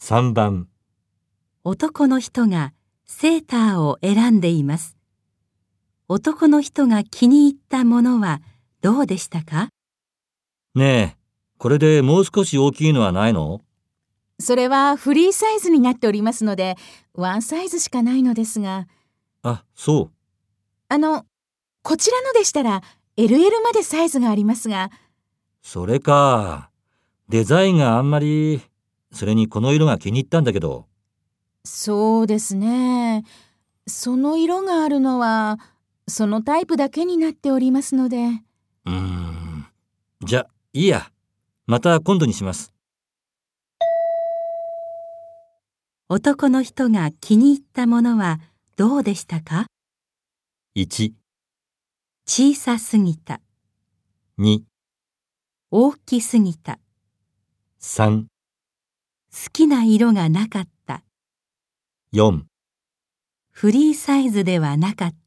3番、男の人がセーターを選んでいます。男の人が気に入ったものはどうでしたかねえ、これでもう少し大きいのはないのそれはフリーサイズになっておりますので、ワンサイズしかないのですが、あ、そう。あの、こちらのでしたら LL までサイズがありますが、それか。デザインがあんまり、それにこの色が気に入ったんだけど、そうですね。その色があるのは、そのタイプだけになっておりますので。うーん。じゃ、いいや。また今度にします。男の人が気に入ったものはどうでしたか1、小さすぎた、 2、大きすぎた、 3、好きな色がなかった、 4フリーサイズではなかった。